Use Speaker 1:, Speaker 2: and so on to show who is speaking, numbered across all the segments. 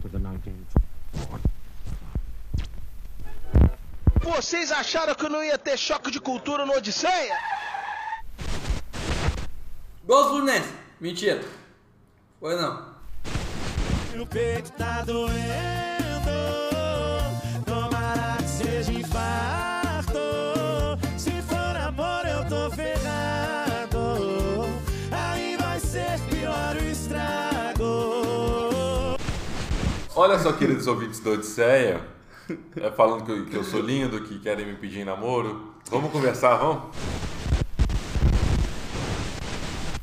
Speaker 1: for the 19th.
Speaker 2: Vocês acharam que não ia ter choque de cultura no Odisseia?
Speaker 3: Gol do Fluminense. Mentira. Foi não.
Speaker 4: Meu peito tá doendo. Tomara que seja infarto. Se for amor, eu tô ferrado. Aí vai ser pior o estrago.
Speaker 5: Olha só, queridos ouvintes do Odisseia, é, falando que eu, que eu sou lindo, que querem me pedir em namoro. Vamos conversar, vamos?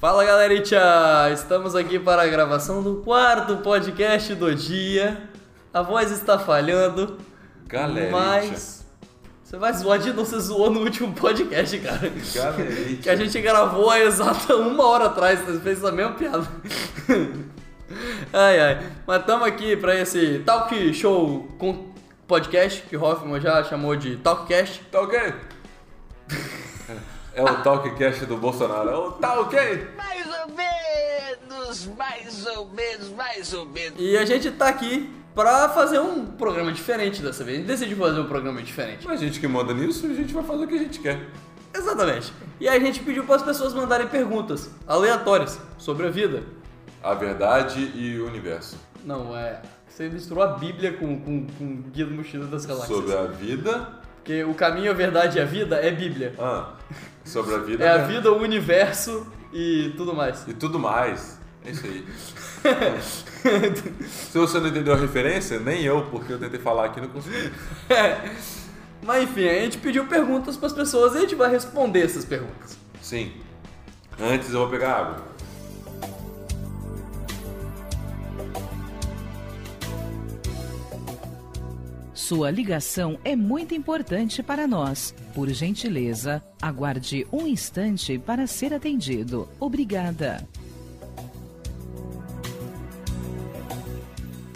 Speaker 3: Fala galerita! Estamos aqui para a gravação do quarto podcast do dia. A voz está falhando,
Speaker 5: Galerinha.
Speaker 3: mas. Você vai zoar de novo, você zoou no último podcast, cara.
Speaker 5: Galerinha.
Speaker 3: Que a gente gravou há exata uma hora atrás, você fez a mesma piada. ai ai. Mas tamo aqui pra esse talk show com podcast, que Hoffman já chamou de talkcast.
Speaker 5: Tá ok? É o talkcast do Bolsonaro. É o tá ok?
Speaker 2: Mais ou menos, mais ou menos, mais ou menos.
Speaker 3: E a gente tá aqui pra fazer um programa diferente dessa vez. A gente decidiu fazer um programa diferente.
Speaker 5: A gente que manda nisso, a gente vai fazer o que a gente quer.
Speaker 3: Exatamente. E a gente pediu para as pessoas mandarem perguntas aleatórias sobre a vida.
Speaker 5: A verdade e o universo.
Speaker 3: Não, é. Você misturou a Bíblia com, com, com o Guia do Mochila das Galáxias.
Speaker 5: Sobre a vida.
Speaker 3: Porque o caminho, a verdade e a vida é Bíblia.
Speaker 5: Ah, sobre a vida.
Speaker 3: É a
Speaker 5: né?
Speaker 3: vida, o universo e tudo mais.
Speaker 5: E tudo mais. É isso aí. Se você não entendeu a referência, nem eu, porque eu tentei falar aqui e não consegui.
Speaker 3: Mas enfim, a gente pediu perguntas pras pessoas e a gente vai responder essas perguntas.
Speaker 5: Sim. Antes eu vou pegar água.
Speaker 6: Sua ligação é muito importante para nós. Por gentileza, aguarde um instante para ser atendido. Obrigada.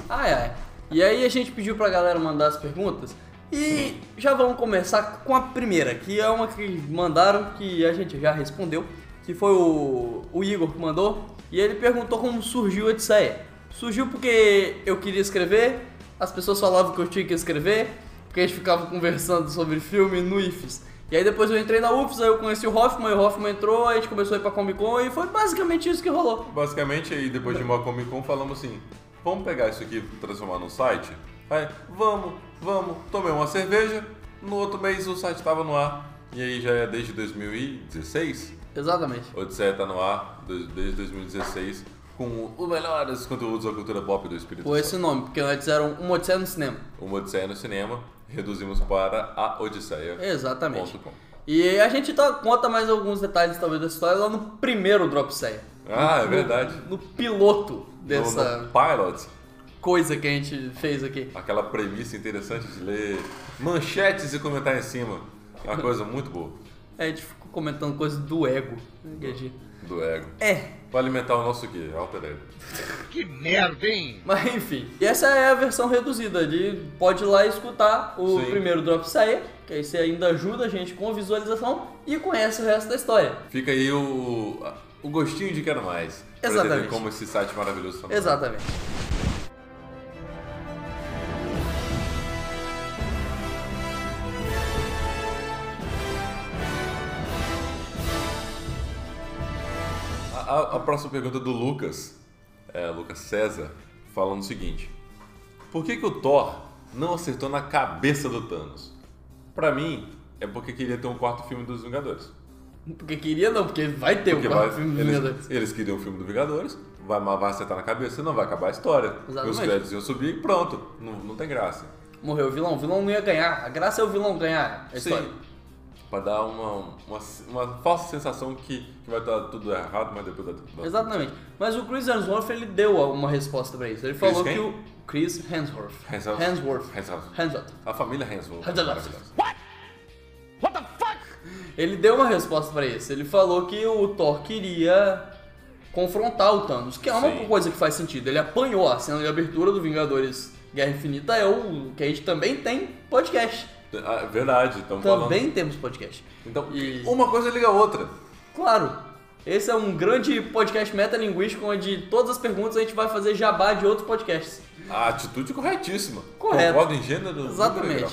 Speaker 3: Ai ai. Ah, é. E aí a gente pediu pra galera mandar as perguntas. E já vamos começar com a primeira, que é uma que mandaram que a gente já respondeu, que foi o, o Igor que mandou, e ele perguntou como surgiu a Odisseia. Surgiu porque eu queria escrever, as pessoas falavam que eu tinha que escrever, porque a gente ficava conversando sobre filme no IFES. E aí depois eu entrei na UFES, aí eu conheci o Hoffman, e o Hoffman entrou, a gente começou a ir pra Comic Con, e foi basicamente isso que rolou.
Speaker 5: Basicamente, aí depois de uma Comic Con, falamos assim: vamos pegar isso aqui e transformar num site? Aí, vamos, vamos. Tomei uma cerveja, no outro mês o site estava no ar. E aí já é desde 2016?
Speaker 3: Exatamente.
Speaker 5: Odisseia tá no ar des- desde 2016 com o melhor dos conteúdos da cultura pop do Espírito
Speaker 3: Foi esse
Speaker 5: Santo.
Speaker 3: nome, porque antes era um Odisseia no cinema.
Speaker 5: Uma Odisseia no cinema, reduzimos para a Odisseia.
Speaker 3: Exatamente.
Speaker 5: Ponto com.
Speaker 3: E a gente tá- conta mais alguns detalhes talvez da história lá no primeiro Drop Série.
Speaker 5: Ah, é verdade.
Speaker 3: No piloto
Speaker 5: No-
Speaker 3: dessa
Speaker 5: no pilot,
Speaker 3: coisa que a gente fez aqui.
Speaker 5: aquela premissa interessante de ler manchetes e comentar em cima. É uma coisa muito boa
Speaker 3: A gente ficou comentando coisas do ego. né, que a gente-
Speaker 5: do ego.
Speaker 3: É,
Speaker 5: Pra alimentar o nosso quê? Alter ego.
Speaker 2: Que merda, hein?
Speaker 3: mas enfim. E essa é a versão reduzida de pode ir lá e escutar o
Speaker 5: Sim.
Speaker 3: primeiro Drop Série, que aí você ainda ajuda a gente com a visualização e conhece o resto da história.
Speaker 5: Fica aí o, o gostinho de quero mais. Pra
Speaker 3: Exatamente.
Speaker 5: entender como esse site maravilhoso tá no ar.
Speaker 3: Exatamente.
Speaker 5: A, a- a próxima pergunta é do Lucas, é, Lucas César, falando o seguinte: Por que, que o Thor não acertou na cabeça do Thanos? Pra mim, é porque queria ter um quarto filme dos Vingadores.
Speaker 3: Porque queria não, porque vai ter
Speaker 5: Porque
Speaker 3: o
Speaker 5: vai,
Speaker 3: quarto filme do Vingadores.
Speaker 5: eles, eles queriam o filme do Vingadores, vai, mas vai acertar na cabeça e não vai acabar a história. Os
Speaker 3: Exatamente.
Speaker 5: créditos iam subir e pronto, não, não tem graça.
Speaker 3: Morreu o vilão, o vilão não ia ganhar. A graça é o vilão ganhar. É história.
Speaker 5: Pra dar uma, uma, uma falsa sensação que, que vai estar tudo errado, mas depois dá tudo dá-
Speaker 3: Exatamente. Mas o Chris Hemsworth ele deu uma resposta pra isso. Ele falou
Speaker 5: quem?
Speaker 3: que o Chris Hemsworth.
Speaker 5: Hemsworth.
Speaker 3: Hemsworth.
Speaker 5: Hemsworth.
Speaker 3: Hemsworth.
Speaker 5: A família tá Hemsworth.
Speaker 3: Hemsworth.
Speaker 2: What the fuck?
Speaker 3: Ele deu uma resposta pra isso. Ele falou que o Thor queria confrontar o Thanos, que é uma
Speaker 5: Sim.
Speaker 3: coisa que faz sentido. Ele apanhou a cena de abertura do Vingadores Guerra Infinita, é o que a gente também tem podcast.
Speaker 5: Ah, verdade, estamos falando.
Speaker 3: Também temos podcast.
Speaker 5: Então,
Speaker 3: E-
Speaker 5: uma coisa liga a outra.
Speaker 3: Claro. Esse é um grande podcast metalinguístico onde todas as perguntas a gente vai fazer jabá de outros podcasts.
Speaker 5: A atitude corretíssima.
Speaker 3: Correto.
Speaker 5: Concordo em gênero. número
Speaker 3: Exatamente.
Speaker 5: e grau.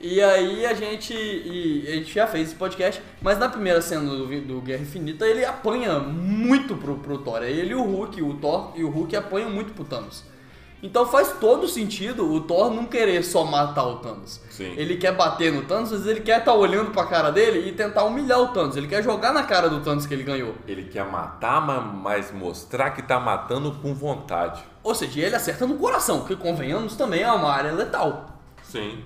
Speaker 3: E aí a gente, e a gente já fez esse podcast, mas na primeira cena do, vi- do Guerra Infinita ele apanha muito pro, pro Thor. É Ele e o Hulk, o Thor e o Hulk apanham muito pro Thanos. Então faz todo sentido o Thor não querer só matar o Thanos.
Speaker 5: Sim.
Speaker 3: Ele quer bater no Thanos, mas ele quer estar olhando pra cara dele e tentar humilhar o Thanos. Ele quer jogar na cara do Thanos que ele ganhou.
Speaker 5: Ele quer matar, ma- mas mostrar que tá matando com vontade.
Speaker 3: Ou seja, ele acerta no coração, que convenhamos também é uma área letal.
Speaker 5: Sim.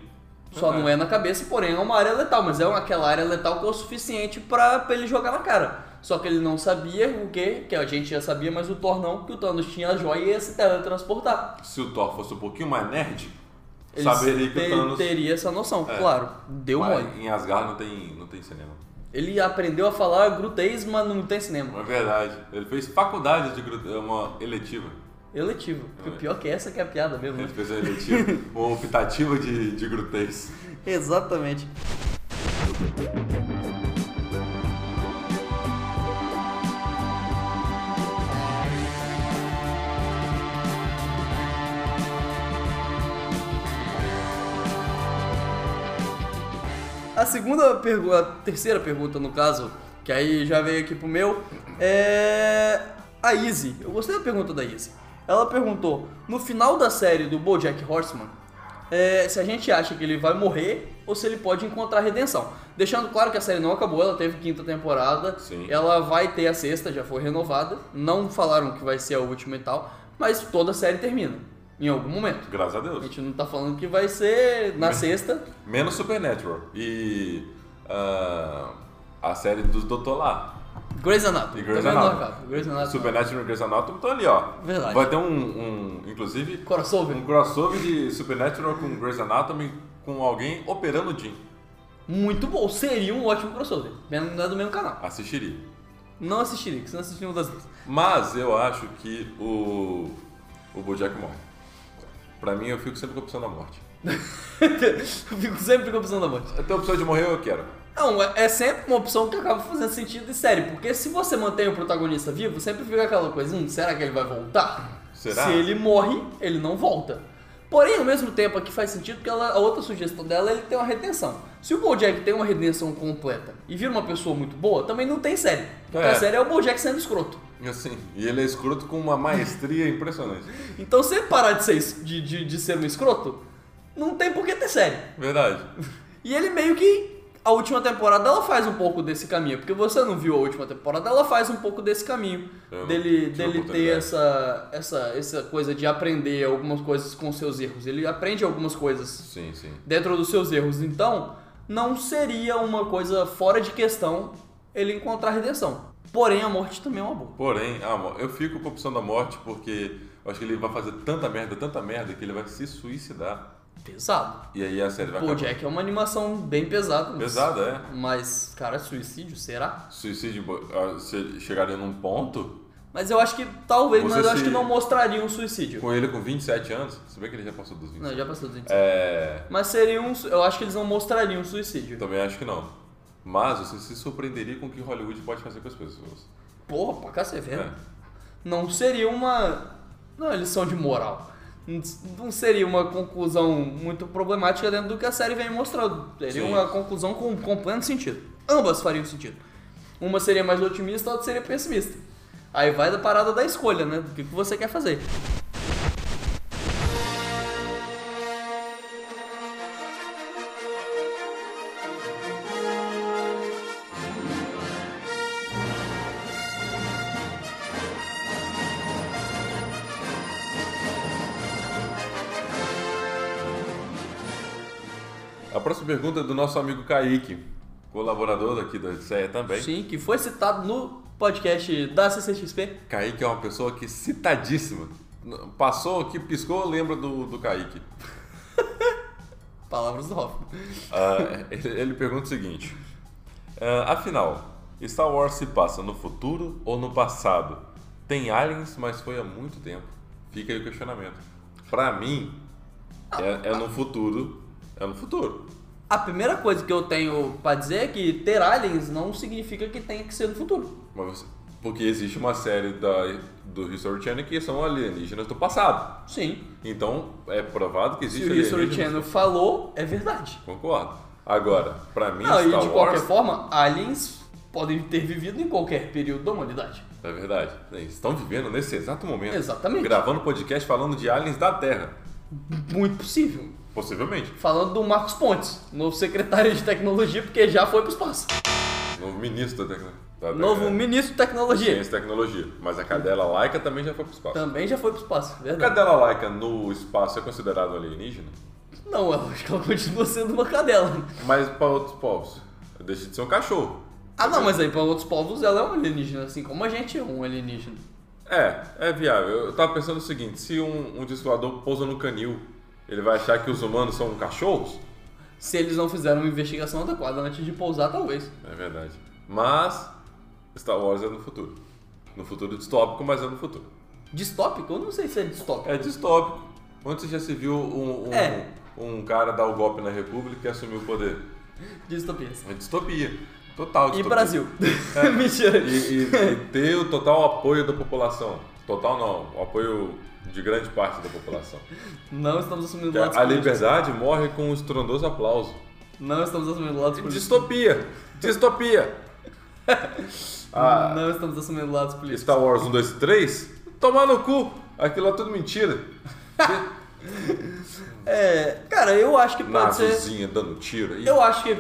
Speaker 3: Só não é na cabeça, porém é uma área letal, mas é uma- aquela área letal que é o suficiente pra pra ele jogar na cara. Só que ele não sabia o que, que a gente já sabia, mas o Thor não, que o Thanos tinha a joia e ia se teletransportar.
Speaker 5: Se o Thor fosse um pouquinho mais nerd,
Speaker 3: Ele
Speaker 5: saberia que
Speaker 3: te-
Speaker 5: o Thanos.
Speaker 3: teria um essa noção,
Speaker 5: É.
Speaker 3: claro. Deu
Speaker 5: Mas
Speaker 3: mole.
Speaker 5: em Asgard não tem, não tem cinema.
Speaker 3: Ele aprendeu a falar grutês, mas não tem cinema.
Speaker 5: É verdade. Ele fez faculdade de grute- uma eletiva.
Speaker 3: Eletivo. O pior que essa que é a piada mesmo.
Speaker 5: Ele
Speaker 3: né?
Speaker 5: fez uma eletiva, uma optativa de, de grutez.
Speaker 3: Exatamente. A segunda pergunta, a terceira pergunta no caso, que aí já veio aqui pro meu, é a Izzy. Eu gostei da pergunta da Izzy. Ela perguntou, no final da série do BoJack Horseman, é, se a gente acha que ele vai morrer ou se ele pode encontrar redenção. Deixando claro que a série não acabou, ela teve quinta temporada,
Speaker 5: Sim.
Speaker 3: ela vai ter a sexta, já foi renovada, não falaram que vai ser a última e tal, mas toda a série termina, em algum momento.
Speaker 5: Graças a
Speaker 3: A
Speaker 5: Deus.
Speaker 3: gente não tá falando que vai ser na sexta,
Speaker 5: Menos Supernatural. E ah, a série dos Doutor lá.
Speaker 3: Grey's Anatomy.
Speaker 5: E Grey's
Speaker 3: Também não
Speaker 5: Anatomy.
Speaker 3: acaba. Grey's Anatomy.
Speaker 5: Supernatural e Grey's Anatomy estão ali, ó.
Speaker 3: Ah, tá. Verdade.
Speaker 5: Vai ter um, um, inclusive,
Speaker 3: Crossover.
Speaker 5: um crossover de Supernatural com Grey's Anatomy com alguém operando o Jim.
Speaker 3: Muito bom. Seria um ótimo crossover. Pena que não é do mesmo canal.
Speaker 5: Assistiria.
Speaker 3: Não assistiria, que se não assistir uma das duas.
Speaker 5: Mas eu acho que o, o Bojack morre. Pra mim, eu fico sempre com a opção da morte.
Speaker 3: eu fico sempre com a opção da morte.
Speaker 5: Até a opção de morrer, eu quero.
Speaker 3: Não, é é sempre uma opção que acaba fazendo sentido e sério, porque se você mantém o protagonista vivo, sempre fica aquela coisa, hum, será que ele vai voltar?
Speaker 5: Será?
Speaker 3: Se ele morre, ele não volta. Porém, ao mesmo tempo, aqui faz sentido porque ela- a outra sugestão dela é ele ter uma retenção. Se o Bojack tem uma redenção completa e vira uma pessoa muito boa, também não tem série. Porque
Speaker 5: É.
Speaker 3: a série é o Bojack sendo escroto.
Speaker 5: E assim, e ele é escroto com uma maestria impressionante.
Speaker 3: Então, se ele parar de ser, es- de, de, de ser um escroto, não tem por que ter série.
Speaker 5: Verdade.
Speaker 3: E ele meio que. A última temporada ela faz um pouco desse caminho, porque você não viu a última temporada, ela faz um pouco desse caminho.
Speaker 5: Eu não
Speaker 3: dele
Speaker 5: tive
Speaker 3: dele ter
Speaker 5: oportunidade.
Speaker 3: essa, essa, essa coisa de aprender algumas coisas com seus erros. Ele aprende algumas coisas
Speaker 5: Sim, sim.
Speaker 3: dentro dos seus erros. Então, não seria uma coisa fora de questão ele encontrar redenção. Porém, a morte também é uma boa.
Speaker 5: Porém, ah, mo- eu fico com a opção da morte porque eu acho que ele vai fazer tanta merda, tanta merda, que ele vai se suicidar.
Speaker 3: Pesado.
Speaker 5: E aí a série vai
Speaker 3: Pô,
Speaker 5: acabar.
Speaker 3: Jack é uma animação bem pesada. mas-
Speaker 5: Pesada, é.
Speaker 3: Mas, cara, suicídio, será?
Speaker 5: Suicídio, bo- ah, se chegaria num ponto,
Speaker 3: Mas eu acho que talvez,
Speaker 5: Você
Speaker 3: mas eu acho
Speaker 5: se-
Speaker 3: que não mostraria um suicídio.
Speaker 5: com ele com 27 anos, se bem que ele já passou dos 27.
Speaker 3: Não, já passou dos 25.
Speaker 5: É, Então.
Speaker 3: Mas seria um. su- Eu acho que eles não mostrariam um suicídio.
Speaker 5: também acho que não. Mas você se surpreenderia com o que Hollywood pode fazer com as pessoas.
Speaker 3: Porra, pra cacete,
Speaker 5: É.
Speaker 3: né? Não seria uma. Não, eles são de moral. Não s- Não seria uma conclusão muito problemática dentro do que a série vem mostrando. Seria
Speaker 5: Sim.
Speaker 3: uma conclusão com, com pleno sentido. Ambas fariam sentido. Uma seria mais otimista, a outra seria pessimista. Aí vai da parada da escolha, né? Do que que você quer fazer.
Speaker 5: A próxima pergunta é do nosso amigo Kaique, colaborador daqui da Odisseia também.
Speaker 3: Sim, que foi citado no podcast da CCXP.
Speaker 5: Kaique é uma pessoa que citadíssima. N- Passou aqui, piscou, lembra do, do Kaique.
Speaker 3: Palavras do Hoffman.
Speaker 5: Ah, ele, ele pergunta o seguinte: ah, Afinal, Star Wars se passa no futuro ou no passado? Tem aliens, mas foi há muito tempo. Fica aí o questionamento. Pra mim, é, é no futuro. É no futuro.
Speaker 3: A primeira coisa que eu tenho pra dizer é que ter aliens não significa que tenha que ser no futuro.
Speaker 5: Mas você- Porque existe uma série da, do History Channel que são alienígenas do passado.
Speaker 3: Sim.
Speaker 5: Então, é provado que
Speaker 3: Se
Speaker 5: existe
Speaker 3: o History
Speaker 5: alienígenas.
Speaker 3: Channel falou, é verdade.
Speaker 5: Concordo. Agora, pra mim,
Speaker 3: Não, e
Speaker 5: Star
Speaker 3: de qualquer
Speaker 5: Wars...
Speaker 3: forma, aliens podem ter vivido em qualquer período da humanidade.
Speaker 5: É verdade. Eles estão vivendo nesse exato momento.
Speaker 3: Exatamente.
Speaker 5: Gravando podcast falando de aliens da Terra.
Speaker 3: Muito possível.
Speaker 5: Possivelmente.
Speaker 3: Falando do Marcos Pontes, novo secretário de tecnologia, porque já foi pro espaço.
Speaker 5: Novo ministro da tecnologia.
Speaker 3: Novo ministro de tecnologia.
Speaker 5: Ciência e tecnologia. Mas a cadela laica também já foi pro espaço.
Speaker 3: Também já foi pro espaço,
Speaker 5: A
Speaker 3: verdade.
Speaker 5: cadela laica no espaço é considerada alienígena?
Speaker 3: Não, eu acho que ela continua sendo uma cadela.
Speaker 5: Mas pra outros povos, deixa de ser um cachorro.
Speaker 3: Ah não, mas aí pra outros povos ela é um alienígena, assim como a gente é um alienígena.
Speaker 5: É, é viável. Eu tava pensando o seguinte: se um, um disco voador pousa no canil, ele vai achar que os humanos são cachorros?
Speaker 3: Se eles não fizeram uma investigação adequada antes de pousar, talvez.
Speaker 5: É verdade. Mas Star Wars é no futuro. No futuro distópico, mas é no futuro.
Speaker 3: Distópico? Eu não sei se é distópico.
Speaker 5: É distópico. Onde você já se viu um, um,
Speaker 3: É.
Speaker 5: um cara dar o golpe na República e assumir o poder?
Speaker 3: Distopias.
Speaker 5: É distopia. Total
Speaker 3: E
Speaker 5: distopia.
Speaker 3: Brasil. Mentira.
Speaker 5: É. E, e- e ter o total apoio da população. Total não, o apoio de grande parte da população.
Speaker 3: Não estamos assumindo
Speaker 5: Que
Speaker 3: lados
Speaker 5: A, a
Speaker 3: políticos.
Speaker 5: liberdade morre com um estrondoso aplauso.
Speaker 3: Não estamos assumindo lados políticos.
Speaker 5: Distopia! Distopia! Ah,
Speaker 3: Não estamos assumindo lados políticos.
Speaker 5: Star Wars 1, 2, 3? Tomar no cu! Aquilo é tudo mentira.
Speaker 3: É, cara, eu acho que pode ser...
Speaker 5: Navezinha dando tiro. aí.
Speaker 3: Eu acho que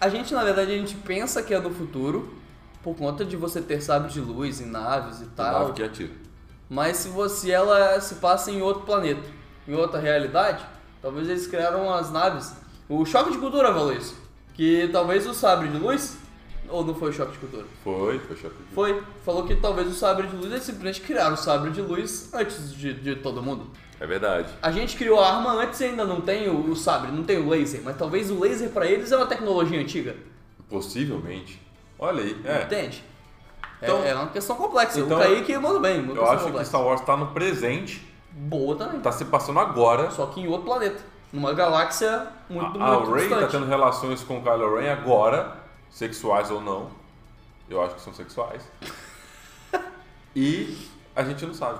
Speaker 3: a gente, na verdade, a gente pensa que é do futuro por conta de você ter sábio de luz e naves e tal.
Speaker 5: Nave que atira.
Speaker 3: Mas se você ela se passa em outro planeta, em outra realidade, talvez eles criaram as naves. O choque de cultura falou isso. Que talvez o sabre de luz. Ou não foi o choque de cultura?
Speaker 5: Foi, foi chapéu.
Speaker 3: Foi. Falou que talvez o sabre de luz eles simplesmente criaram o sabre de luz antes de, de todo mundo.
Speaker 5: É verdade.
Speaker 3: A gente criou a arma antes e ainda não tem o, o sabre, não tem o laser, mas talvez o laser pra eles é uma tecnologia antiga.
Speaker 5: Possivelmente. Olha aí. É.
Speaker 3: Entende? É-
Speaker 5: Então-
Speaker 3: é, uma questão complexa.
Speaker 5: então-
Speaker 3: o Kaique manda bem, uma
Speaker 5: Eu
Speaker 3: questão
Speaker 5: acho que
Speaker 3: complexa.
Speaker 5: Star Wars tá no presente,
Speaker 3: Boa também.
Speaker 5: tá se passando agora.
Speaker 3: Só que em outro planeta. Numa galáxia muito,
Speaker 5: a
Speaker 3: muito
Speaker 5: Ray tá
Speaker 3: distante.
Speaker 5: tendo relações com o Kylo Ren agora, sexuais ou não. Eu acho que são sexuais. e a gente não sabe.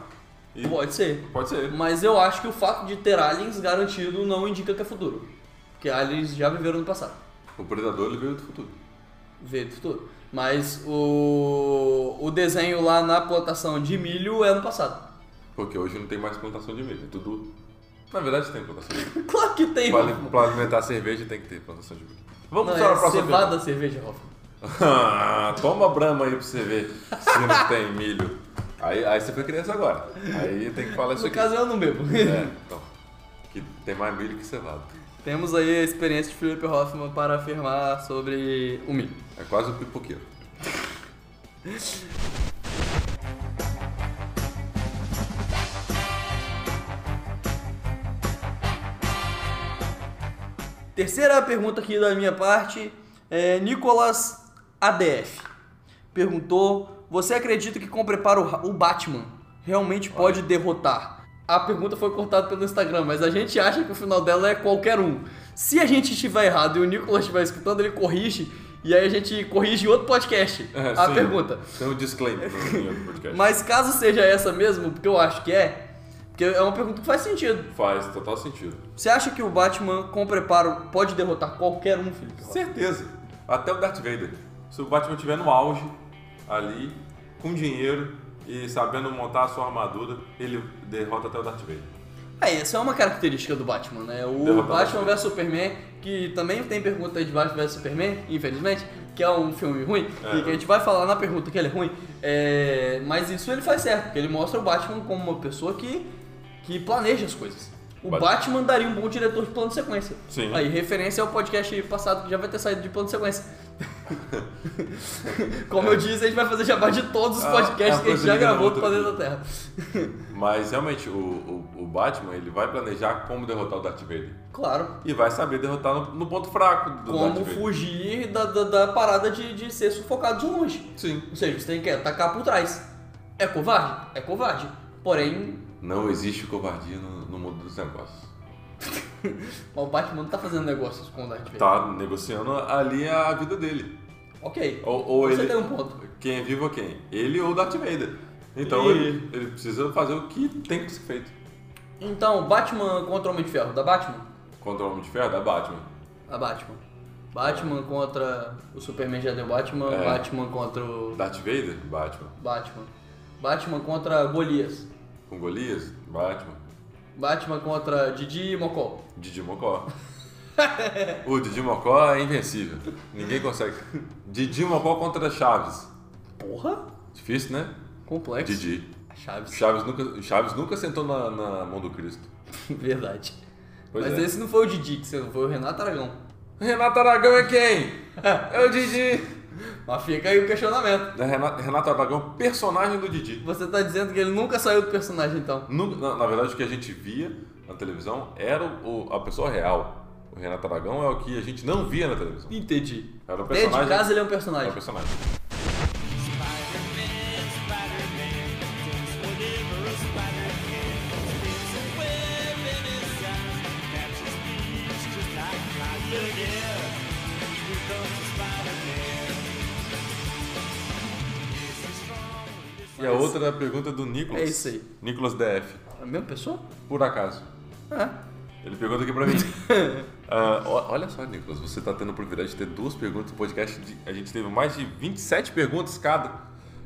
Speaker 5: E
Speaker 3: Pode ser.
Speaker 5: pode ser.
Speaker 3: Mas eu acho que o fato de ter aliens garantido não indica que é futuro. Porque aliens já viveram no passado.
Speaker 5: O Predador ele veio do futuro.
Speaker 3: Veio do futuro. Mas o, o desenho lá na plantação de milho é no passado.
Speaker 5: Porque hoje não tem mais plantação de milho, é tudo. Na verdade tem plantação de milho.
Speaker 3: Claro que tem,
Speaker 5: Pra,
Speaker 3: Hoffman.
Speaker 5: ali- pra alimentar a cerveja tem que ter plantação de milho. Vamos
Speaker 3: Não,
Speaker 5: para a
Speaker 3: é
Speaker 5: próxima
Speaker 3: cevada
Speaker 5: pergunta.
Speaker 3: cerveja, Hoffman.
Speaker 5: Ah, Toma brama aí pra você ver se não tem milho. Aí, aí você foi criança agora. Aí tem que falar isso
Speaker 3: No
Speaker 5: aqui.
Speaker 3: caso, eu não bebo.
Speaker 5: É, então. Que tem mais milho que cevada.
Speaker 3: Temos aí a experiência de Felipe Hoffman para afirmar sobre o milho.
Speaker 5: É quase o pipoqueiro.
Speaker 3: Terceira pergunta aqui da minha parte é Nicolas ADF. Perguntou: Você acredita que com o preparo ra- o Batman realmente pode derrotar? A pergunta foi cortada pelo Instagram, mas a gente acha que o final dela é qualquer um. Se a gente estiver errado e o Nicolas estiver escutando, ele corrige e aí a gente corrige em outro podcast.
Speaker 5: É,
Speaker 3: a
Speaker 5: sim.
Speaker 3: pergunta.
Speaker 5: Tem um disclaimer no no podcast.
Speaker 3: Mas caso seja essa mesmo, porque eu acho que é, porque é uma pergunta que faz sentido.
Speaker 5: Faz total sentido.
Speaker 3: Você acha que o Batman com o preparo pode derrotar qualquer um, Felipe?
Speaker 5: Certeza. Até o Darth Vader. Se o Batman estiver no auge, ali, com dinheiro e sabendo montar a sua armadura, ele derrota até o Darth Vader.
Speaker 3: É, essa é uma característica do Batman, né? O
Speaker 5: Derrotar
Speaker 3: Batman
Speaker 5: o
Speaker 3: vs Superman, que também tem pergunta aí de Batman vs Superman, infelizmente, que é um filme ruim,
Speaker 5: É.
Speaker 3: e que a gente vai falar na pergunta que ele é ruim, é, mas isso ele faz certo, porque ele mostra o Batman como uma pessoa que, que planeja as coisas. O
Speaker 5: Batman.
Speaker 3: Batman. daria um bom diretor de plano de sequência.
Speaker 5: Sim.
Speaker 3: Aí, referência ao podcast passado que já vai ter saído de plano de sequência. Como eu disse, a gente vai fazer jabá de todos os
Speaker 5: Ah,
Speaker 3: podcasts
Speaker 5: ah,
Speaker 3: que a gente já
Speaker 5: prosseguindo
Speaker 3: gravou do
Speaker 5: no outro
Speaker 3: planeta
Speaker 5: aqui.
Speaker 3: Terra.
Speaker 5: Mas realmente, o, o, o Batman ele vai planejar como derrotar o Darth Vader.
Speaker 3: Claro.
Speaker 5: E vai saber derrotar no, no ponto fraco do Darth
Speaker 3: como
Speaker 5: Vader.
Speaker 3: fugir da, da, da parada de, de ser sufocado de longe.
Speaker 5: Sim.
Speaker 3: Ou seja, você tem que atacar por trás. É covarde? É covarde. Porém,
Speaker 5: Não existe covardia no, no mundo dos negócios.
Speaker 3: o Batman não tá fazendo negócios com o Darth Vader.
Speaker 5: Tá negociando ali a vida dele.
Speaker 3: Ok.
Speaker 5: Ou, ou
Speaker 3: Você
Speaker 5: ele,
Speaker 3: tem um ponto.
Speaker 5: Quem é vivo é quem? Ele ou o Darth Vader. Então
Speaker 3: E-
Speaker 5: ele, ele precisa fazer o que tem que ser feito.
Speaker 3: Então, Batman contra o Homem de Ferro, da Batman?
Speaker 5: Contra o Homem de Ferro, da Batman.
Speaker 3: A Batman. Batman contra o Superman já deu Batman,
Speaker 5: É.
Speaker 3: Batman contra o
Speaker 5: Darth Vader, Batman.
Speaker 3: Batman. Batman contra Golias.
Speaker 5: Com Golias, Batman.
Speaker 3: Batman contra Didi e Mocó.
Speaker 5: Didi Mocó. o Didi Mocó é invencível. Ninguém consegue. Didi Mocó contra Chaves.
Speaker 3: Porra?
Speaker 5: Difícil, né?
Speaker 3: Complexo.
Speaker 5: Didi.
Speaker 3: Chaves.
Speaker 5: Chaves nunca, Chaves nunca sentou na, na mão do Cristo.
Speaker 3: Verdade.
Speaker 5: Pois
Speaker 3: Mas
Speaker 5: é.
Speaker 3: esse não foi o Didi que você não foi o Renato Aragão.
Speaker 5: Renato Aragão é quem? É o Didi.
Speaker 3: Mas fica aí o questionamento.
Speaker 5: É Renato, Renato Aragão, personagem do Didi.
Speaker 3: Você tá dizendo que ele nunca saiu do personagem então.
Speaker 5: Nunca- na, na verdade, o que a gente via na televisão era o, o- a pessoa real. O Renato Aragão é o que a gente não via na televisão.
Speaker 3: Entendi.
Speaker 5: Era o
Speaker 3: Dentro de
Speaker 5: personagem.
Speaker 3: casa ele é um
Speaker 5: Era o
Speaker 3: personagem.
Speaker 5: personagem. E a outra pergunta é do Nicolas.
Speaker 3: É isso aí.
Speaker 5: Nicolas DF.
Speaker 3: É a mesma pessoa?
Speaker 5: Por acaso.
Speaker 3: É.
Speaker 5: Ele pergunta aqui pra mim. Ah, o- olha só, Nicolas, você tá tendo o privilégio de ter duas perguntas no podcast. de- a gente teve mais de 27 perguntas cada.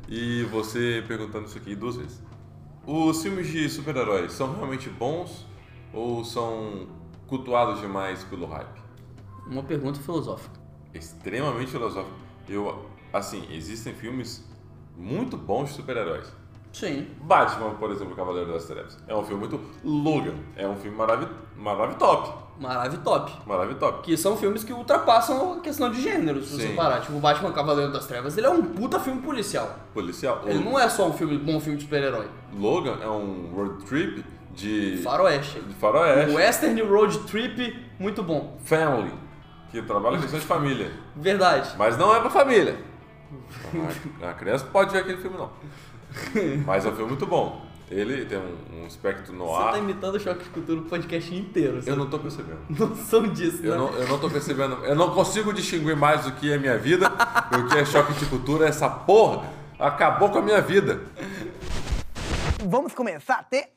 Speaker 5: E você perguntando isso aqui duas vezes. Os filmes de super-heróis são realmente bons ou são cultuados demais pelo hype?
Speaker 3: Uma pergunta filosófica.
Speaker 5: Extremamente filosófico. Eu, assim, existem filmes muito bons de super-heróis.
Speaker 3: Sim.
Speaker 5: Batman, por exemplo, Cavaleiro das Trevas. É um filme muito. Logan. É um filme maravi... maravitop.
Speaker 3: Maravilha top.
Speaker 5: Maravitop.
Speaker 3: Que são filmes que ultrapassam a questão de gênero, se você
Speaker 5: Sim.
Speaker 3: parar. Tipo, Batman Cavaleiro das Trevas, ele é um puta filme policial.
Speaker 5: Policial.
Speaker 3: Ele não é só um filme, bom filme de super-herói.
Speaker 5: Logan é um road trip de
Speaker 3: Faroeste.
Speaker 5: de faroeste.
Speaker 3: Um Western Road Trip, muito bom.
Speaker 5: Family, que trabalha com questões de família.
Speaker 3: Verdade.
Speaker 5: Mas não é pra família. é- A- A criança pode ver aquele filme, não. Mas é um filme muito bom. Ele tem um, um espectro no
Speaker 3: Você
Speaker 5: ar.
Speaker 3: tá imitando o Choque de Cultura o podcast inteiro. Você
Speaker 5: Eu não tô percebendo.
Speaker 3: tem noção disso,
Speaker 5: Eu
Speaker 3: né?
Speaker 5: não, eu não tô percebendo. Eu não consigo distinguir mais o que é minha vida e o que é choque de cultura. Essa porra acabou com a minha vida.
Speaker 1: vamos começar a ter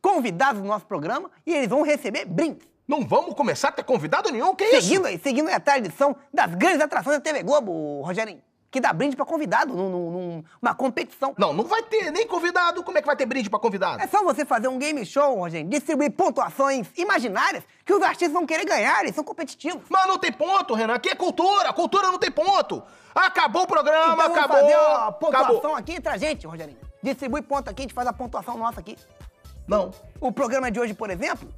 Speaker 1: convidados no nosso programa e eles vão receber brindes.
Speaker 2: Não vamos começar a ter convidado nenhum, que isso?
Speaker 1: Seguindo aí, seguindo aí a tradição das grandes atrações da TV Globo, Rogerinho. Que dá brinde pra convidado num- num- num- numa competição.
Speaker 2: Não, não vai ter nem convidado. Como é que vai ter brinde pra convidado?
Speaker 1: É só você fazer um game show, Rogerinho, distribuir pontuações imaginárias que os artistas vão querer ganhar, eles são competitivos.
Speaker 2: Mas não tem ponto, Renan. Aqui é cultura. Cultura não tem ponto. Acabou o programa,
Speaker 1: Então
Speaker 2: acabou.
Speaker 1: vamos fazer a pontuação
Speaker 2: acabou.
Speaker 1: aqui entre a gente, Rogerinho. Distribui ponto aqui, a gente faz a pontuação nossa aqui.
Speaker 2: Não.
Speaker 1: O programa de hoje, por exemplo,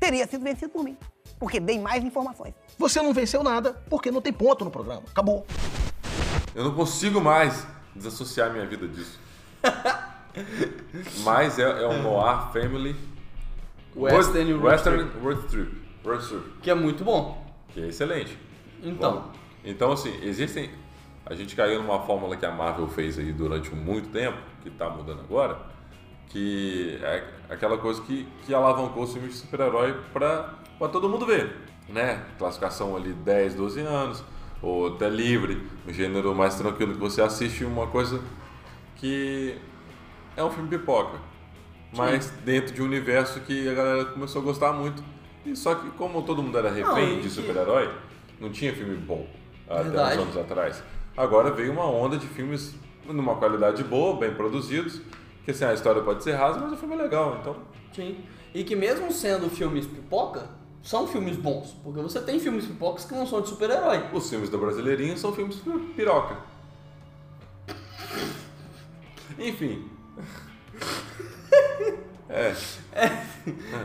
Speaker 1: teria sido vencido por mim, porque dei mais informações.
Speaker 2: Você não venceu nada porque não tem ponto no programa. Acabou.
Speaker 5: Eu não consigo mais desassociar minha vida disso. Mas é, é um Noir Family
Speaker 3: Western Road
Speaker 5: Western Road Trip. Road Trip,
Speaker 3: Trip, que é muito bom.
Speaker 5: que é excelente.
Speaker 3: Então.
Speaker 5: Bom, então, assim, existem. A gente caiu numa fórmula que a Marvel fez aí durante muito tempo, que tá mudando agora, que é aquela coisa que, que alavancou os filmes de super-herói pra, pra todo mundo ver, né? Classificação ali 10, 12 anos, ou até livre, um gênero mais tranquilo que você assiste, uma coisa que é um filme pipoca, mas dentro de um universo que a galera começou a gostar muito. E só que como todo mundo era refém
Speaker 3: e que-
Speaker 5: de super-herói, não tinha filme bom até
Speaker 3: Verdade.
Speaker 5: uns anos atrás. Agora veio uma onda de filmes numa qualidade boa, bem produzidos, que assim, a história pode ser rasa, mas o filme é legal, então...
Speaker 3: Sim. E que mesmo sendo filmes pipoca, são filmes bons. Porque você tem filmes pipocas que não são de super-herói.
Speaker 5: Os filmes do Brasileirinho são filmes piroca. Enfim,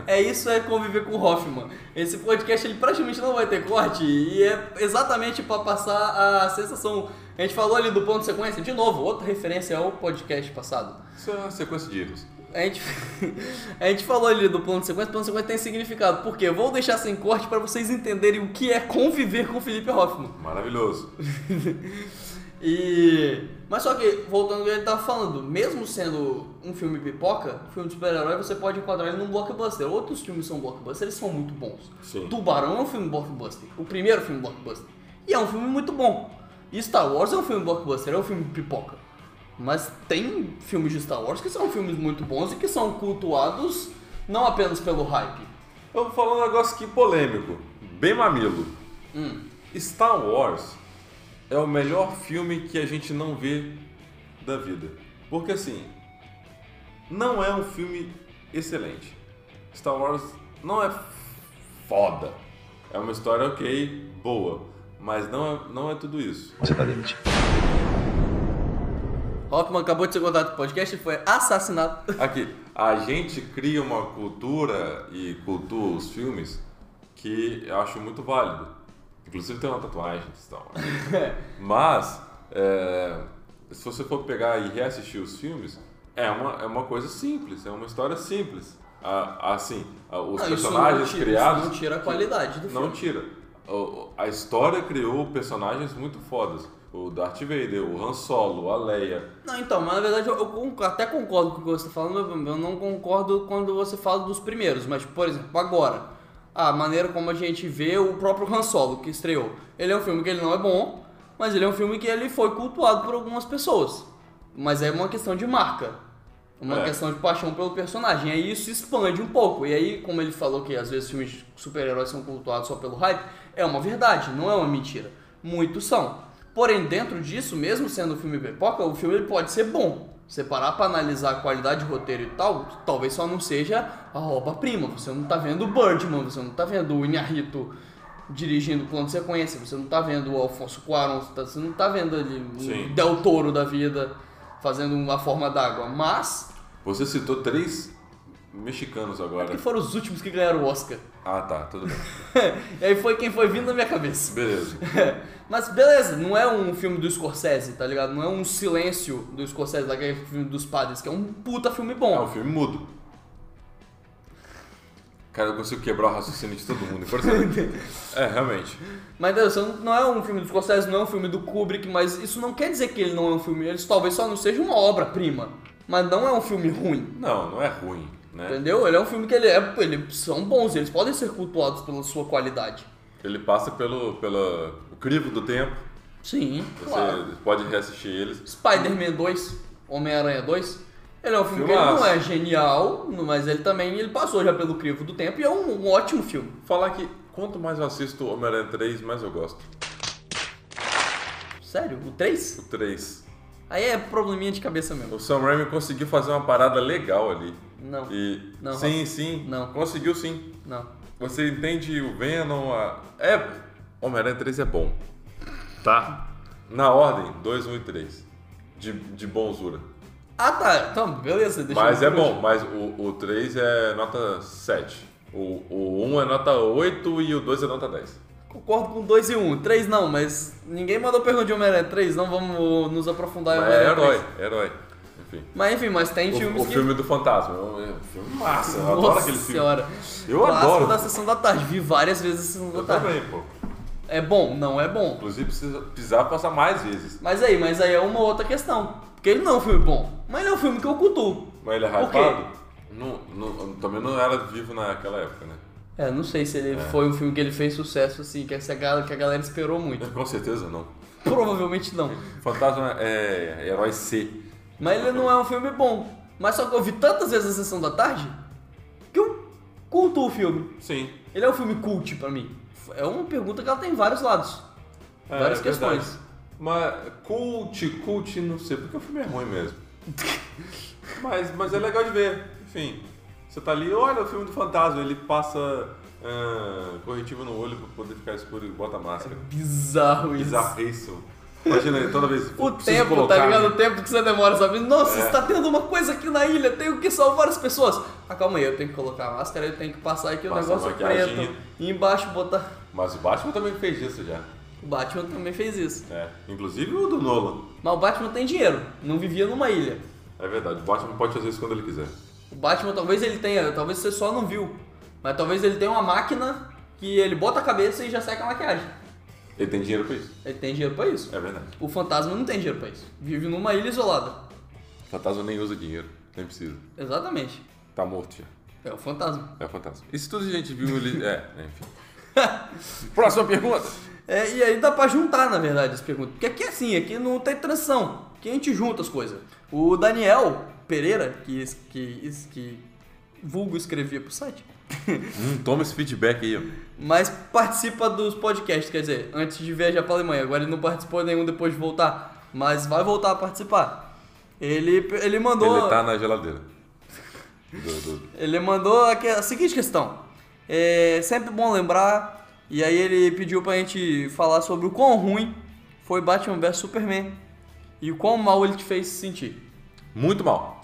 Speaker 3: É isso é conviver com o Hoffman. Esse podcast ele praticamente não vai ter corte e é exatamente pra passar a sensação. A gente falou ali do ponto de sequência, de novo, outra referência ao podcast passado.
Speaker 5: isso é uma sequência de erros.
Speaker 3: A gente, a gente falou ali do plano de sequência, o plano de sequência tem significado. Por quê? Eu Vou deixar sem corte pra vocês entenderem o que é conviver com o Felipe Hoffman.
Speaker 5: Maravilhoso.
Speaker 3: E. Mas só que, voltando ao que ele tava falando, mesmo sendo um filme pipoca, um filme de super-herói, você pode enquadrar ele num blockbuster. Outros filmes são blockbuster, eles são muito bons.
Speaker 5: Sim.
Speaker 3: Tubarão é um filme blockbuster. O primeiro filme blockbuster. E é um filme muito bom. E Star Wars é um filme blockbuster, é um filme pipoca. Mas tem filmes de Star Wars que são filmes muito bons e que são cultuados não apenas pelo hype.
Speaker 5: Eu vou falar um negócio aqui polêmico, bem mamilo. Star Wars é o melhor filme que a gente não vê da vida. Porque assim, não é um filme excelente. Star Wars não é foda. É uma história ok, boa, mas não é, não é tudo isso.
Speaker 3: Rockman acabou de ser contado do podcast e foi assassinado.
Speaker 5: Aqui, a gente cria uma cultura e cultua os filmes que eu acho muito válido. Inclusive tem uma tatuagem de Star Wars. Mas, é, se você for pegar e reassistir os filmes, é uma, é uma coisa simples, é uma história simples. A- assim, a- os
Speaker 3: Não, isso não
Speaker 5: personagens
Speaker 3: tira,
Speaker 5: criados.
Speaker 3: isso não tira a qualidade do filme.
Speaker 5: Não tira. O- A história criou personagens muito fodas. O Darth Vader, o Han Solo, a Leia.
Speaker 3: Não, então, mas na verdade eu, eu con- até concordo com o que você está falando, eu- eu não concordo quando você fala dos primeiros, mas, por exemplo, agora, a maneira como a gente vê o próprio Han Solo, que estreou, ele é um filme que ele não é bom, mas ele é um filme que ele foi cultuado por algumas pessoas. Mas é uma questão de marca. Uma
Speaker 5: É.
Speaker 3: questão de paixão pelo personagem. Aí isso expande um pouco. E aí, como ele falou que às vezes filmes de super-heróis são cultuados só pelo hype, é uma verdade, não é uma mentira. Muitos são. Porém, dentro disso, mesmo sendo um filme pipoca, o filme ele pode ser bom. Você parar pra analisar a qualidade de roteiro e tal, talvez só não seja a obra-prima. Você não tá vendo o Birdman, você não tá vendo o Inharito dirigindo plano de sequência, você não tá vendo o Alfonso Cuarón, você tá- você não tá vendo ali
Speaker 5: Sim.
Speaker 3: o Del Toro da vida fazendo uma forma d'água. Mas
Speaker 5: Você citou três mexicanos agora.
Speaker 3: que foram os últimos que ganharam o Oscar.
Speaker 5: Ah, tá, tudo bem.
Speaker 3: e aí foi quem foi vindo na minha cabeça.
Speaker 5: Beleza.
Speaker 3: Mas beleza, não é um filme do Scorsese, tá ligado? Não é um silêncio do Scorsese, daquele filme dos padres, que é um puta filme bom.
Speaker 5: É um filme mudo. Cara, eu consigo quebrar o raciocínio de todo mundo. impressionante. é, realmente.
Speaker 3: Mas Deus, não não é um filme do Scorsese, não é um filme do Kubrick, mas isso não quer dizer que ele não é um filme. Ele talvez só não seja uma obra-prima, mas não é um filme ruim.
Speaker 5: Não, não é ruim, né?
Speaker 3: Entendeu? Ele é um filme que ele é, eles são bons, eles podem ser cultuados pela sua qualidade.
Speaker 5: Ele passa pelo, pelo o crivo do tempo.
Speaker 3: Sim,
Speaker 5: Você
Speaker 3: claro.
Speaker 5: pode reassistir eles.
Speaker 3: Spider-Man 2, Homem-Aranha 2. Ele é um filme que ele
Speaker 5: Filmaço.
Speaker 3: não é genial, mas ele também ele passou já pelo crivo do tempo e é um, um ótimo filme.
Speaker 5: Falar que quanto mais eu assisto Homem-Aranha 3, mais eu gosto.
Speaker 3: Sério, o 3?
Speaker 5: O 3.
Speaker 3: Aí é probleminha de cabeça mesmo.
Speaker 5: O Sam Raimi conseguiu fazer uma parada legal ali.
Speaker 3: Não,
Speaker 5: E
Speaker 3: Não,
Speaker 5: sim,
Speaker 3: Rafa.
Speaker 5: sim.
Speaker 3: Não.
Speaker 5: Conseguiu sim.
Speaker 3: não.
Speaker 5: Você entende o Venom, a... É, Homem-Aranha 3 é bom. Tá? Na ordem, 2, 1 e 3. De, de bonzura.
Speaker 3: Ah tá, então beleza. Deixa
Speaker 5: Mas
Speaker 3: eu-
Speaker 5: é bom, mas o, o 3 é nota 7. O, o 1 é nota 8 e o 2 é nota 10.
Speaker 3: Concordo com 2 e 1. Um. 3 não, mas ninguém mandou pergunta de Homem-Aranha 3, não vamos nos aprofundar em
Speaker 5: Mas é
Speaker 3: Homem-Aranha 3.
Speaker 5: herói, é herói. Enfim.
Speaker 3: Mas enfim, mas tem
Speaker 5: O,
Speaker 3: filmes
Speaker 5: o
Speaker 3: que...
Speaker 5: filme do fantasma. é um- é um filme massa, eu adoro
Speaker 3: Nossa
Speaker 5: aquele filme.
Speaker 3: senhora.
Speaker 5: Eu
Speaker 3: Clássico
Speaker 5: adoro.
Speaker 3: da Sessão da Tarde. Vi várias vezes a Sessão
Speaker 5: Eu
Speaker 3: da Tarde.
Speaker 5: também, pô.
Speaker 3: É bom? Não é bom.
Speaker 5: Inclusive, precisa, precisava passar mais vezes.
Speaker 3: Mas aí, mas aí é uma outra questão. Porque ele não é um filme bom, mas ele é um filme que eu cultuo.
Speaker 5: Mas ele é
Speaker 3: Por quê?
Speaker 5: hypado? Não, não, também não era vivo naquela época, né?
Speaker 3: É, não sei se ele foi um filme que ele fez sucesso assim, que, essa galera, que a galera esperou muito.
Speaker 5: Com certeza não.
Speaker 3: Provavelmente não.
Speaker 5: Fantasma é herói C.
Speaker 3: Mas ele não é um filme bom. Mas só que eu vi tantas vezes a sessão da tarde que eu cultuo o filme.
Speaker 5: Sim.
Speaker 3: Ele é um filme cult pra mim. É uma pergunta que ela tem vários lados.
Speaker 5: É,
Speaker 3: várias
Speaker 5: é
Speaker 3: questões.
Speaker 5: verdade. Mas cult, cult, não sei, porque o filme é ruim mesmo. mas, mas é legal de ver. Enfim, você tá ali, olha o filme do fantasma, ele passa ah, corretivo no olho pra poder ficar escuro e bota máscara.
Speaker 3: Bizarro isso.
Speaker 5: Bizarríssimo. Imagina aí, toda vez.
Speaker 3: O
Speaker 5: preciso
Speaker 3: tempo, tá
Speaker 5: colocar- né? É.
Speaker 3: ligado? O tempo que você demora, sabe? Nossa, está tendo uma coisa aqui na ilha, tenho que salvar as pessoas. Ah, calma aí, eu tenho que colocar a máscara, eu tenho que passar aqui o
Speaker 5: Passar
Speaker 3: negócio
Speaker 5: a maquiagem.
Speaker 3: preto. E embaixo botar.
Speaker 5: Mas o Batman também fez isso já.
Speaker 3: O Batman também fez isso.
Speaker 5: É. Inclusive o do Nolan.
Speaker 3: Mas o Batman tem dinheiro, não vivia numa ilha.
Speaker 5: É verdade, o Batman pode fazer isso quando ele quiser.
Speaker 3: O Batman talvez ele tenha, talvez você só não viu. Mas talvez ele tenha uma máquina que ele bota a cabeça e já sai com a maquiagem.
Speaker 5: Ele tem dinheiro pra isso.
Speaker 3: Ele tem dinheiro pra isso.
Speaker 5: É verdade.
Speaker 3: O fantasma não tem dinheiro pra isso. Vive numa ilha isolada.
Speaker 5: Fantasma nem usa dinheiro, nem precisa.
Speaker 3: Exatamente.
Speaker 5: Tá morto já.
Speaker 3: É o fantasma.
Speaker 5: É o fantasma. Isso tudo a gente viu ele. É, enfim. Próxima pergunta.
Speaker 3: É, e aí dá pra juntar, na verdade, as perguntas. Porque aqui é assim, aqui não tem transição. Aqui a gente junta as coisas. O Daniel Pereira, que, es- que, es- que vulgo escrevia pro site,
Speaker 5: Hum, toma esse feedback aí. ó.
Speaker 3: mas participa dos podcasts, quer dizer, antes de viajar pra Alemanha. Agora ele não participou nenhum depois de voltar, mas vai voltar a participar. Ele, ele mandou...
Speaker 5: Ele tá na geladeira. Do- do-
Speaker 3: Ele mandou a, que- a seguinte questão. É sempre bom lembrar, e aí ele pediu pra gente falar sobre o quão ruim foi Batman vs Superman e o quão mal ele te fez se sentir.
Speaker 5: Muito mal.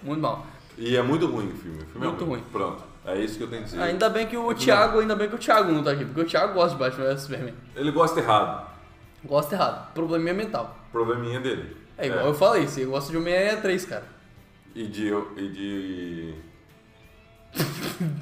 Speaker 3: Muito mal.
Speaker 5: E é muito ruim o filme. O filme
Speaker 3: Muito
Speaker 5: é
Speaker 3: ruim.
Speaker 5: Pronto. É isso que eu tenho a dizer.
Speaker 3: Ainda bem que o Thiago, ainda bem que o Thiago não tá aqui, porque o Thiago gosta de Batman vs Superman.
Speaker 5: Ele gosta errado.
Speaker 3: Gosta errado. Probleminha mental.
Speaker 5: Probleminha dele.
Speaker 3: É igual eu falei, você gosta de um 63, cara.
Speaker 5: E de. E de.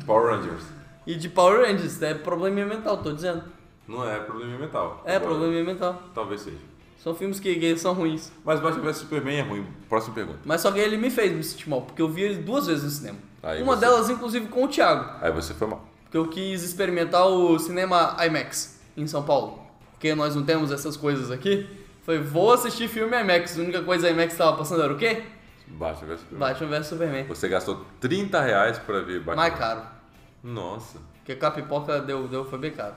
Speaker 5: Power Rangers.
Speaker 3: E de Power Rangers, é probleminha mental, tô dizendo.
Speaker 5: Não é probleminha mental.
Speaker 3: É
Speaker 5: Agora,
Speaker 3: probleminha mental.
Speaker 5: Talvez seja.
Speaker 3: São filmes que, que são ruins.
Speaker 5: Mas Batman vs Superman é ruim. Próxima pergunta.
Speaker 3: Mas só que ele me fez me sentir mal, porque eu vi ele duas vezes no cinema.
Speaker 5: Aí
Speaker 3: Uma
Speaker 5: você-
Speaker 3: delas, inclusive, com o Thiago,
Speaker 5: Aí você foi mal.
Speaker 3: porque eu quis experimentar o cinema IMAX em São Paulo. Porque nós não temos essas coisas aqui. Falei, vou assistir filme IMAX. A única coisa IMAX que tava passando era o quê?
Speaker 5: Batman vs Superman.
Speaker 3: Batman vs Superman.
Speaker 5: Você gastou 30 reais pra ver Batman.
Speaker 3: Mais caro.
Speaker 5: Nossa.
Speaker 3: Porque com a pipoca deu, deu, foi bem caro.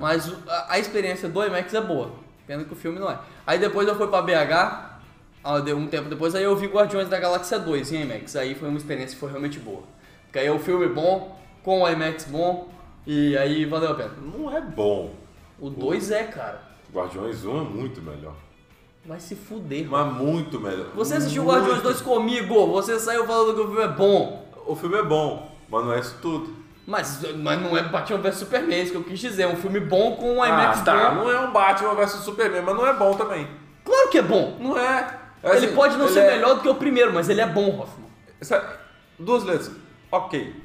Speaker 3: Mas o- a, a experiência do IMAX é boa. Pena que o filme não é. Aí depois eu fui pra BH, ah, deu um tempo depois, aí eu vi Guardiões da Galáxia 2 em IMAX. Aí foi uma experiência que foi realmente boa. Porque aí é um filme bom, com o IMAX bom, e aí valeu a pena.
Speaker 5: Não é bom.
Speaker 3: O 2 é, cara.
Speaker 5: Guardiões 1 é muito melhor.
Speaker 3: Vai se fuder.
Speaker 5: Mas muito melhor.
Speaker 3: Você assistiu
Speaker 5: Muito.
Speaker 3: Guardiões 2 comigo, você saiu falando que o filme é bom.
Speaker 5: O filme é bom, mas não é isso tudo.
Speaker 3: Mas, mas não é Batman vs Superman, isso que eu quis dizer. É um filme bom com um IMAx
Speaker 5: ah, tá.
Speaker 3: bom.
Speaker 5: Não é um Batman vs Superman, mas não é bom também.
Speaker 3: Claro que é bom.
Speaker 5: Não é. É
Speaker 3: ele
Speaker 5: assim,
Speaker 3: pode não
Speaker 5: ele
Speaker 3: ser
Speaker 5: é-
Speaker 3: melhor do que o primeiro, mas ele é bom, Hoffman.
Speaker 5: Essa- é Duas letras. Ok.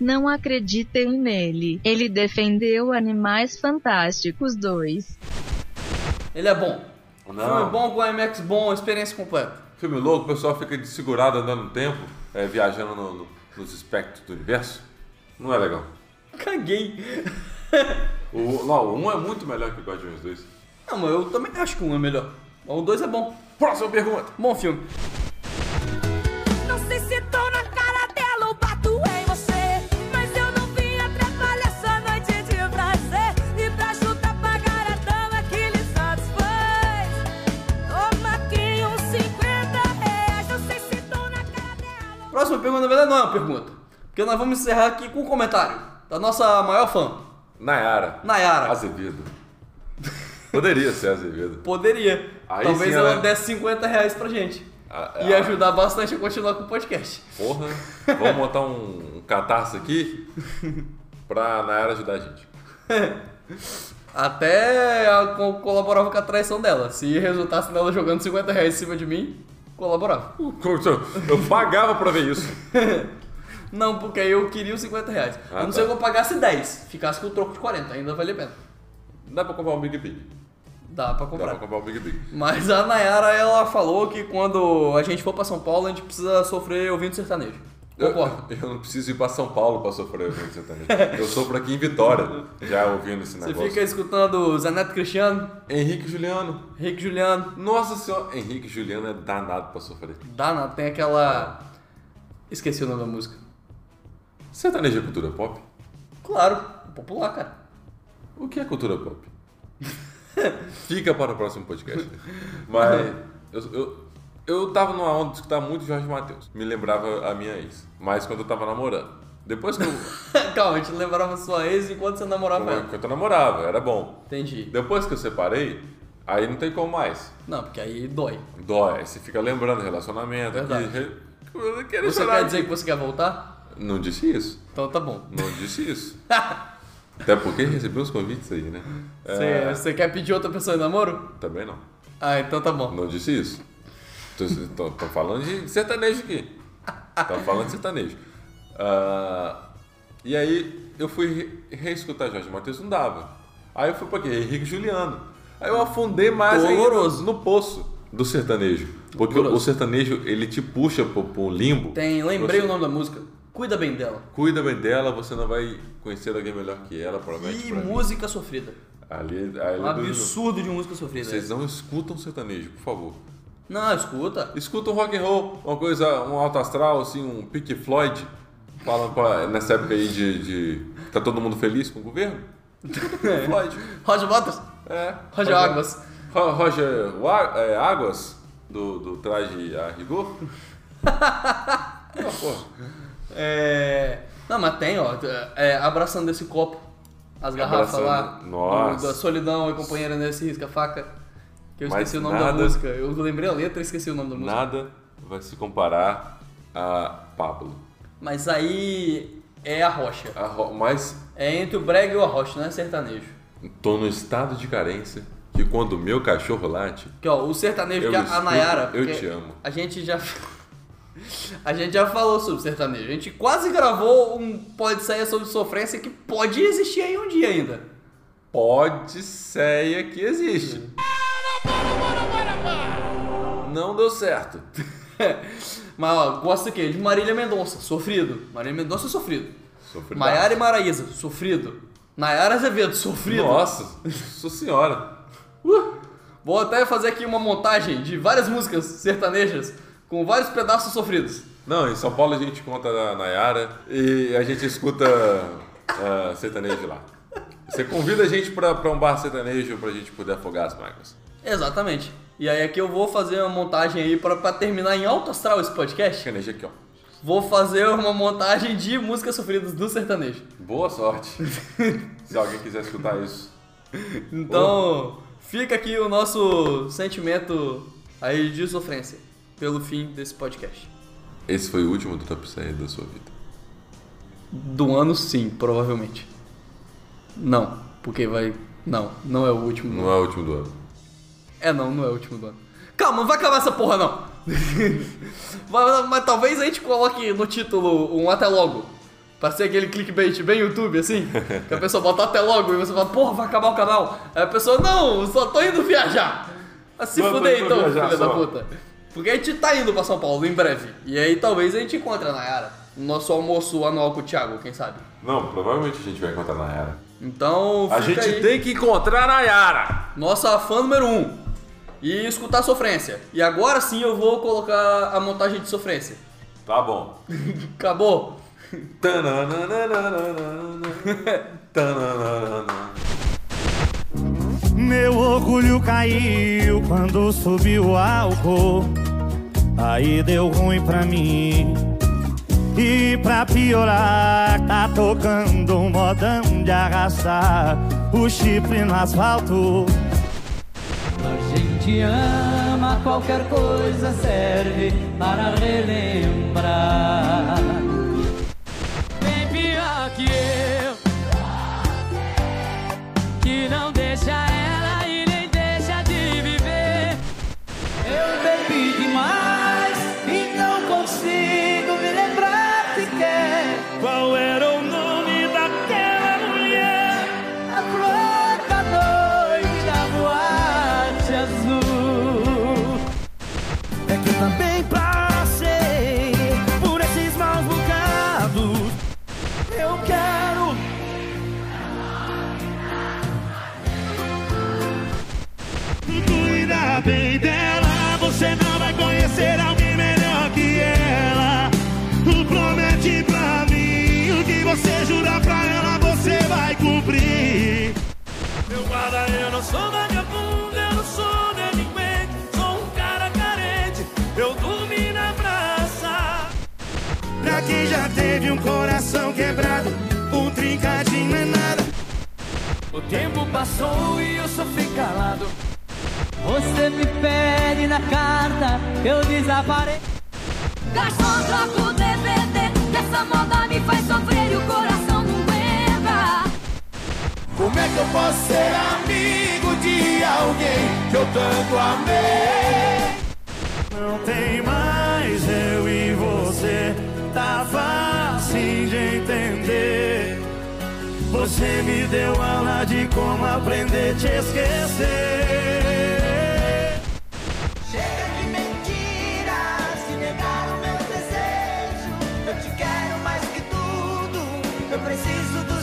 Speaker 7: Não acreditem nele. Ele defendeu Animais Fantásticos 2.
Speaker 3: Ele é bom.
Speaker 5: Não.
Speaker 3: Filme bom com IMAX bom, experiência completa.
Speaker 5: Filme louco, o pessoal fica segurado andando no tempo, é, viajando no- no- nos espectros do universo. Não é legal.
Speaker 3: Caguei.
Speaker 5: O, não, o 1 é muito melhor que o Guardiões 2.
Speaker 3: não, mas eu também acho que um é melhor. Mas o dois é bom.
Speaker 5: Próxima pergunta.
Speaker 3: Bom filme.
Speaker 8: Não sei se tô na cara dela ou bato em você. Mas eu não vim atrapalhar essa noite de prazer. E pra ajudar a pagar a dama que lhe satisfaz. Toma aqui uns 50 reais. Não sei se tô na cara dela.
Speaker 3: Próxima pergunta, na verdade, não é uma pergunta. Porque nós vamos encerrar aqui com um comentário da nossa maior fã,
Speaker 5: Nayara.
Speaker 3: Nayara.
Speaker 5: Azevedo. Poderia ser Azevedo.
Speaker 3: Poderia.
Speaker 5: Aí
Speaker 3: Talvez
Speaker 5: sim,
Speaker 3: ela
Speaker 5: ela-
Speaker 3: desse 50 reais pra gente.
Speaker 5: Ah,
Speaker 3: e
Speaker 5: ah.
Speaker 3: ajudar bastante a continuar com o podcast.
Speaker 5: Porra, vamos montar um, um catarse aqui pra Nayara ajudar a gente.
Speaker 3: Até a- co- colaborava com a traição dela. Se resultasse nela jogando 50 reais em cima de mim, colaborava.
Speaker 5: Eu pagava pra ver isso.
Speaker 3: Não, porque aí eu queria os 50 reais.
Speaker 5: Ah,
Speaker 3: eu não
Speaker 5: tá.
Speaker 3: sei se eu pagasse 10, ficasse com o troco de 40, ainda vale a pena.
Speaker 5: Dá pra comprar um Big Big.
Speaker 3: Dá pra
Speaker 5: Dá
Speaker 3: comprar.
Speaker 5: pra comprar um Big Big.
Speaker 3: Mas a Nayara, ela falou que quando a gente for pra São Paulo, a gente precisa sofrer ouvindo sertanejo.
Speaker 5: Eu,
Speaker 3: Concordo.
Speaker 5: eu não preciso ir pra São Paulo pra sofrer ouvindo sertanejo. Eu sofro aqui em Vitória, já ouvindo esse
Speaker 3: Você
Speaker 5: negócio.
Speaker 3: fica escutando Zé Neto Cristiano,
Speaker 5: Henrique Juliano.
Speaker 3: Henrique Juliano,
Speaker 5: Nossa senhora, Henrique Juliano é danado pra sofrer.
Speaker 3: Dana, tem aquela... Esqueci o nome da música.
Speaker 5: Sertanejo é cultura pop?
Speaker 3: Claro, popular, cara.
Speaker 5: O que é cultura pop? Fica para o próximo podcast. Mas eu, eu, eu tava numa onda de escutar muito Jorge Matheus. Me lembrava a minha ex. Mas quando eu tava namorando. Depois que eu,
Speaker 3: Calma, a gente lembrava sua ex enquanto você namorava ela.
Speaker 5: quando eu namorava, era bom.
Speaker 3: Entendi.
Speaker 5: Depois que eu separei, aí não tem como mais.
Speaker 3: Não, porque aí dói.
Speaker 5: Dói, aí você fica lembrando relacionamento. aqui,
Speaker 3: Verdade.
Speaker 5: re- eu não quero
Speaker 3: Você
Speaker 5: chorar.
Speaker 3: quer dizer que você quer voltar?
Speaker 5: Não disse isso.
Speaker 3: Então tá bom.
Speaker 5: Não disse isso. Até porque recebi uns convites aí, né?
Speaker 3: Você, você quer pedir outra pessoa em namoro?
Speaker 5: Também não.
Speaker 3: Ah, então tá bom.
Speaker 5: Não disse isso. Tô, tô- tô falando de sertanejo aqui. Tô falando de sertanejo. Ah, e aí eu fui re- reescutar Jorge Matheus, não dava. Aí eu fui pra quê? Henrique Juliano. Aí eu afundei mais ainda
Speaker 3: Doloroso.
Speaker 5: no poço do sertanejo. Porque
Speaker 3: Doloroso.
Speaker 5: o sertanejo, ele te puxa pro, pro um limbo.
Speaker 3: Tem, lembrei
Speaker 5: Você-
Speaker 3: o nome da música. Cuida bem dela.
Speaker 5: Cuida bem dela, você não vai conhecer alguém melhor é que ela, provavelmente.
Speaker 3: E
Speaker 5: pra mim.
Speaker 3: música sofrida.
Speaker 5: Ali, ali
Speaker 3: Um absurdo né? de música sofrida.
Speaker 5: Vocês não escutam sertanejo, por favor.
Speaker 3: Não, escuta.
Speaker 5: Escutam um rock and roll, uma coisa, um alto astral, assim, um Pink Floyd. Falam pra, nessa época aí de, de- Tá todo mundo feliz com o governo? Escuta Pink Floyd.
Speaker 3: Roger Waters.
Speaker 5: É.
Speaker 3: Roger Águas.
Speaker 5: Ro- Roger Wa- é, Águas, do, do traje a rigor. Não, porra.
Speaker 3: É... Não, mas tem, ó. é, abraçando esse copo. As garrafas
Speaker 5: Abraçando.
Speaker 3: lá.
Speaker 5: Nossa.
Speaker 3: do- Da solidão e companheira nesse risca faca. Que eu
Speaker 5: Mas
Speaker 3: esqueci o nome da
Speaker 5: nada-
Speaker 3: música. Eu lembrei a letra e esqueci o nome da música.
Speaker 5: Nada vai se comparar a Pablo.
Speaker 3: Mas aí é a rocha.
Speaker 5: A ro- mas
Speaker 3: É entre o brega e o arrocha, não é sertanejo.
Speaker 5: tô no estado de carência que quando o meu cachorro late,
Speaker 3: Que ó, o sertanejo
Speaker 5: Eu
Speaker 3: que a, a
Speaker 5: escuto,
Speaker 3: Nayara.
Speaker 5: eu
Speaker 3: porque
Speaker 5: te amo.
Speaker 3: A gente já. A gente já falou sobre sertanejo. A gente quase gravou um pode sair sobre sofrência que pode existir aí um dia ainda.
Speaker 5: pode ser que existe. Não deu certo.
Speaker 3: Mas ó, gosta o quê? De Marília Mendonça, sofrido. Marília Mendonça, sofrido.
Speaker 5: Sofridaço.
Speaker 3: Maiara e Maraísa, sofrido. Nayara Azevedo, sofrido.
Speaker 5: Nossa, sua senhora.
Speaker 3: Uh! Vou até fazer aqui uma montagem de várias músicas sertanejas com vários pedaços sofridos.
Speaker 5: Não, em São Paulo a gente conta na Nayara e a gente escuta ah, sertanejo lá. Você convida a gente pra, pra um bar sertanejo pra gente poder afogar as mágoas.
Speaker 3: Exatamente. E aí aqui eu vou fazer uma montagem aí pra, pra terminar em alto astral esse podcast.
Speaker 5: Sertanejo aqui, ó.
Speaker 3: Vou fazer uma montagem de músicas sofridas do sertanejo.
Speaker 5: Boa sorte. Se alguém quiser escutar isso.
Speaker 3: Então, fica aqui o nosso sentimento aí de sofrência pelo fim desse podcast.
Speaker 5: Esse foi o último do Top 100 da sua vida.
Speaker 3: Do ano sim, provavelmente. Não, porque vai. Não, não é o último. do
Speaker 5: Não é o último do ano.
Speaker 3: É não, não é o último do ano. Calma, não vai acabar essa porra não. mas, mas talvez a gente coloque no título um até logo. Pra ser aquele clickbait bem YouTube, assim. Que a pessoa bota até logo e você fala, porra, vai acabar o canal. Aí a pessoa, não, só tô indo viajar. Ah, se
Speaker 5: Não, tô
Speaker 3: fuder
Speaker 5: indo
Speaker 3: então,
Speaker 5: viajar
Speaker 3: filha da
Speaker 5: só.
Speaker 3: puta. Porque a gente tá indo pra São Paulo em breve. E aí talvez a gente encontre a Nayara. No nosso almoço anual com o Thiago, quem sabe.
Speaker 5: Não, provavelmente a gente vai encontrar na Nayara.
Speaker 3: Então,
Speaker 5: A
Speaker 3: fica
Speaker 5: gente
Speaker 3: aí.
Speaker 5: tem que encontrar a Nayara!
Speaker 3: Nossa fã número um. E escutar a sofrência. E agora sim eu vou colocar a montagem de sofrência.
Speaker 5: Tá bom.
Speaker 3: Acabou.
Speaker 5: Tananana. Tananana.
Speaker 4: Meu orgulho caiu quando subiu o álcool. Aí deu ruim pra mim. E pra piorar, tá tocando um modão de arrastar o chifre no asfalto.
Speaker 9: A gente ama qualquer coisa serve para relembrar. Bem pior que eu, que não deixa ela e nem deixa de viver. Eu bebi demais e não consigo me lembrar sequer.
Speaker 4: Qual era o nome daquela mulher?
Speaker 9: A flor da noite da boate azul.
Speaker 4: É que eu também passei por esses maus bocados. Eu quero cuidar bem dela. Você não vai conhecer alguém melhor que ela. Promete pra mim o que você jura pra ela, você vai cumprir. Meu guarda, eu não sou vagabundo, eu não sou delinquente, sou um cara carente, eu dormi na praça. Pra quem já teve um coração quebrado, um trincadinho é nada.
Speaker 9: O tempo passou e eu sofri calado. Você me pede na carta, eu desapareço.
Speaker 8: Garçom, troca o DVD Que essa moda me faz sofrer e o coração não aguenta
Speaker 4: Como é que eu posso ser amigo de alguém que eu tanto amei? Não tem mais eu e você, tá fácil de entender. Você me deu aula de como aprender a te esquecer.
Speaker 9: Chega de mentiras, de negar o meu desejo. Eu te quero mais
Speaker 8: Eu preciso do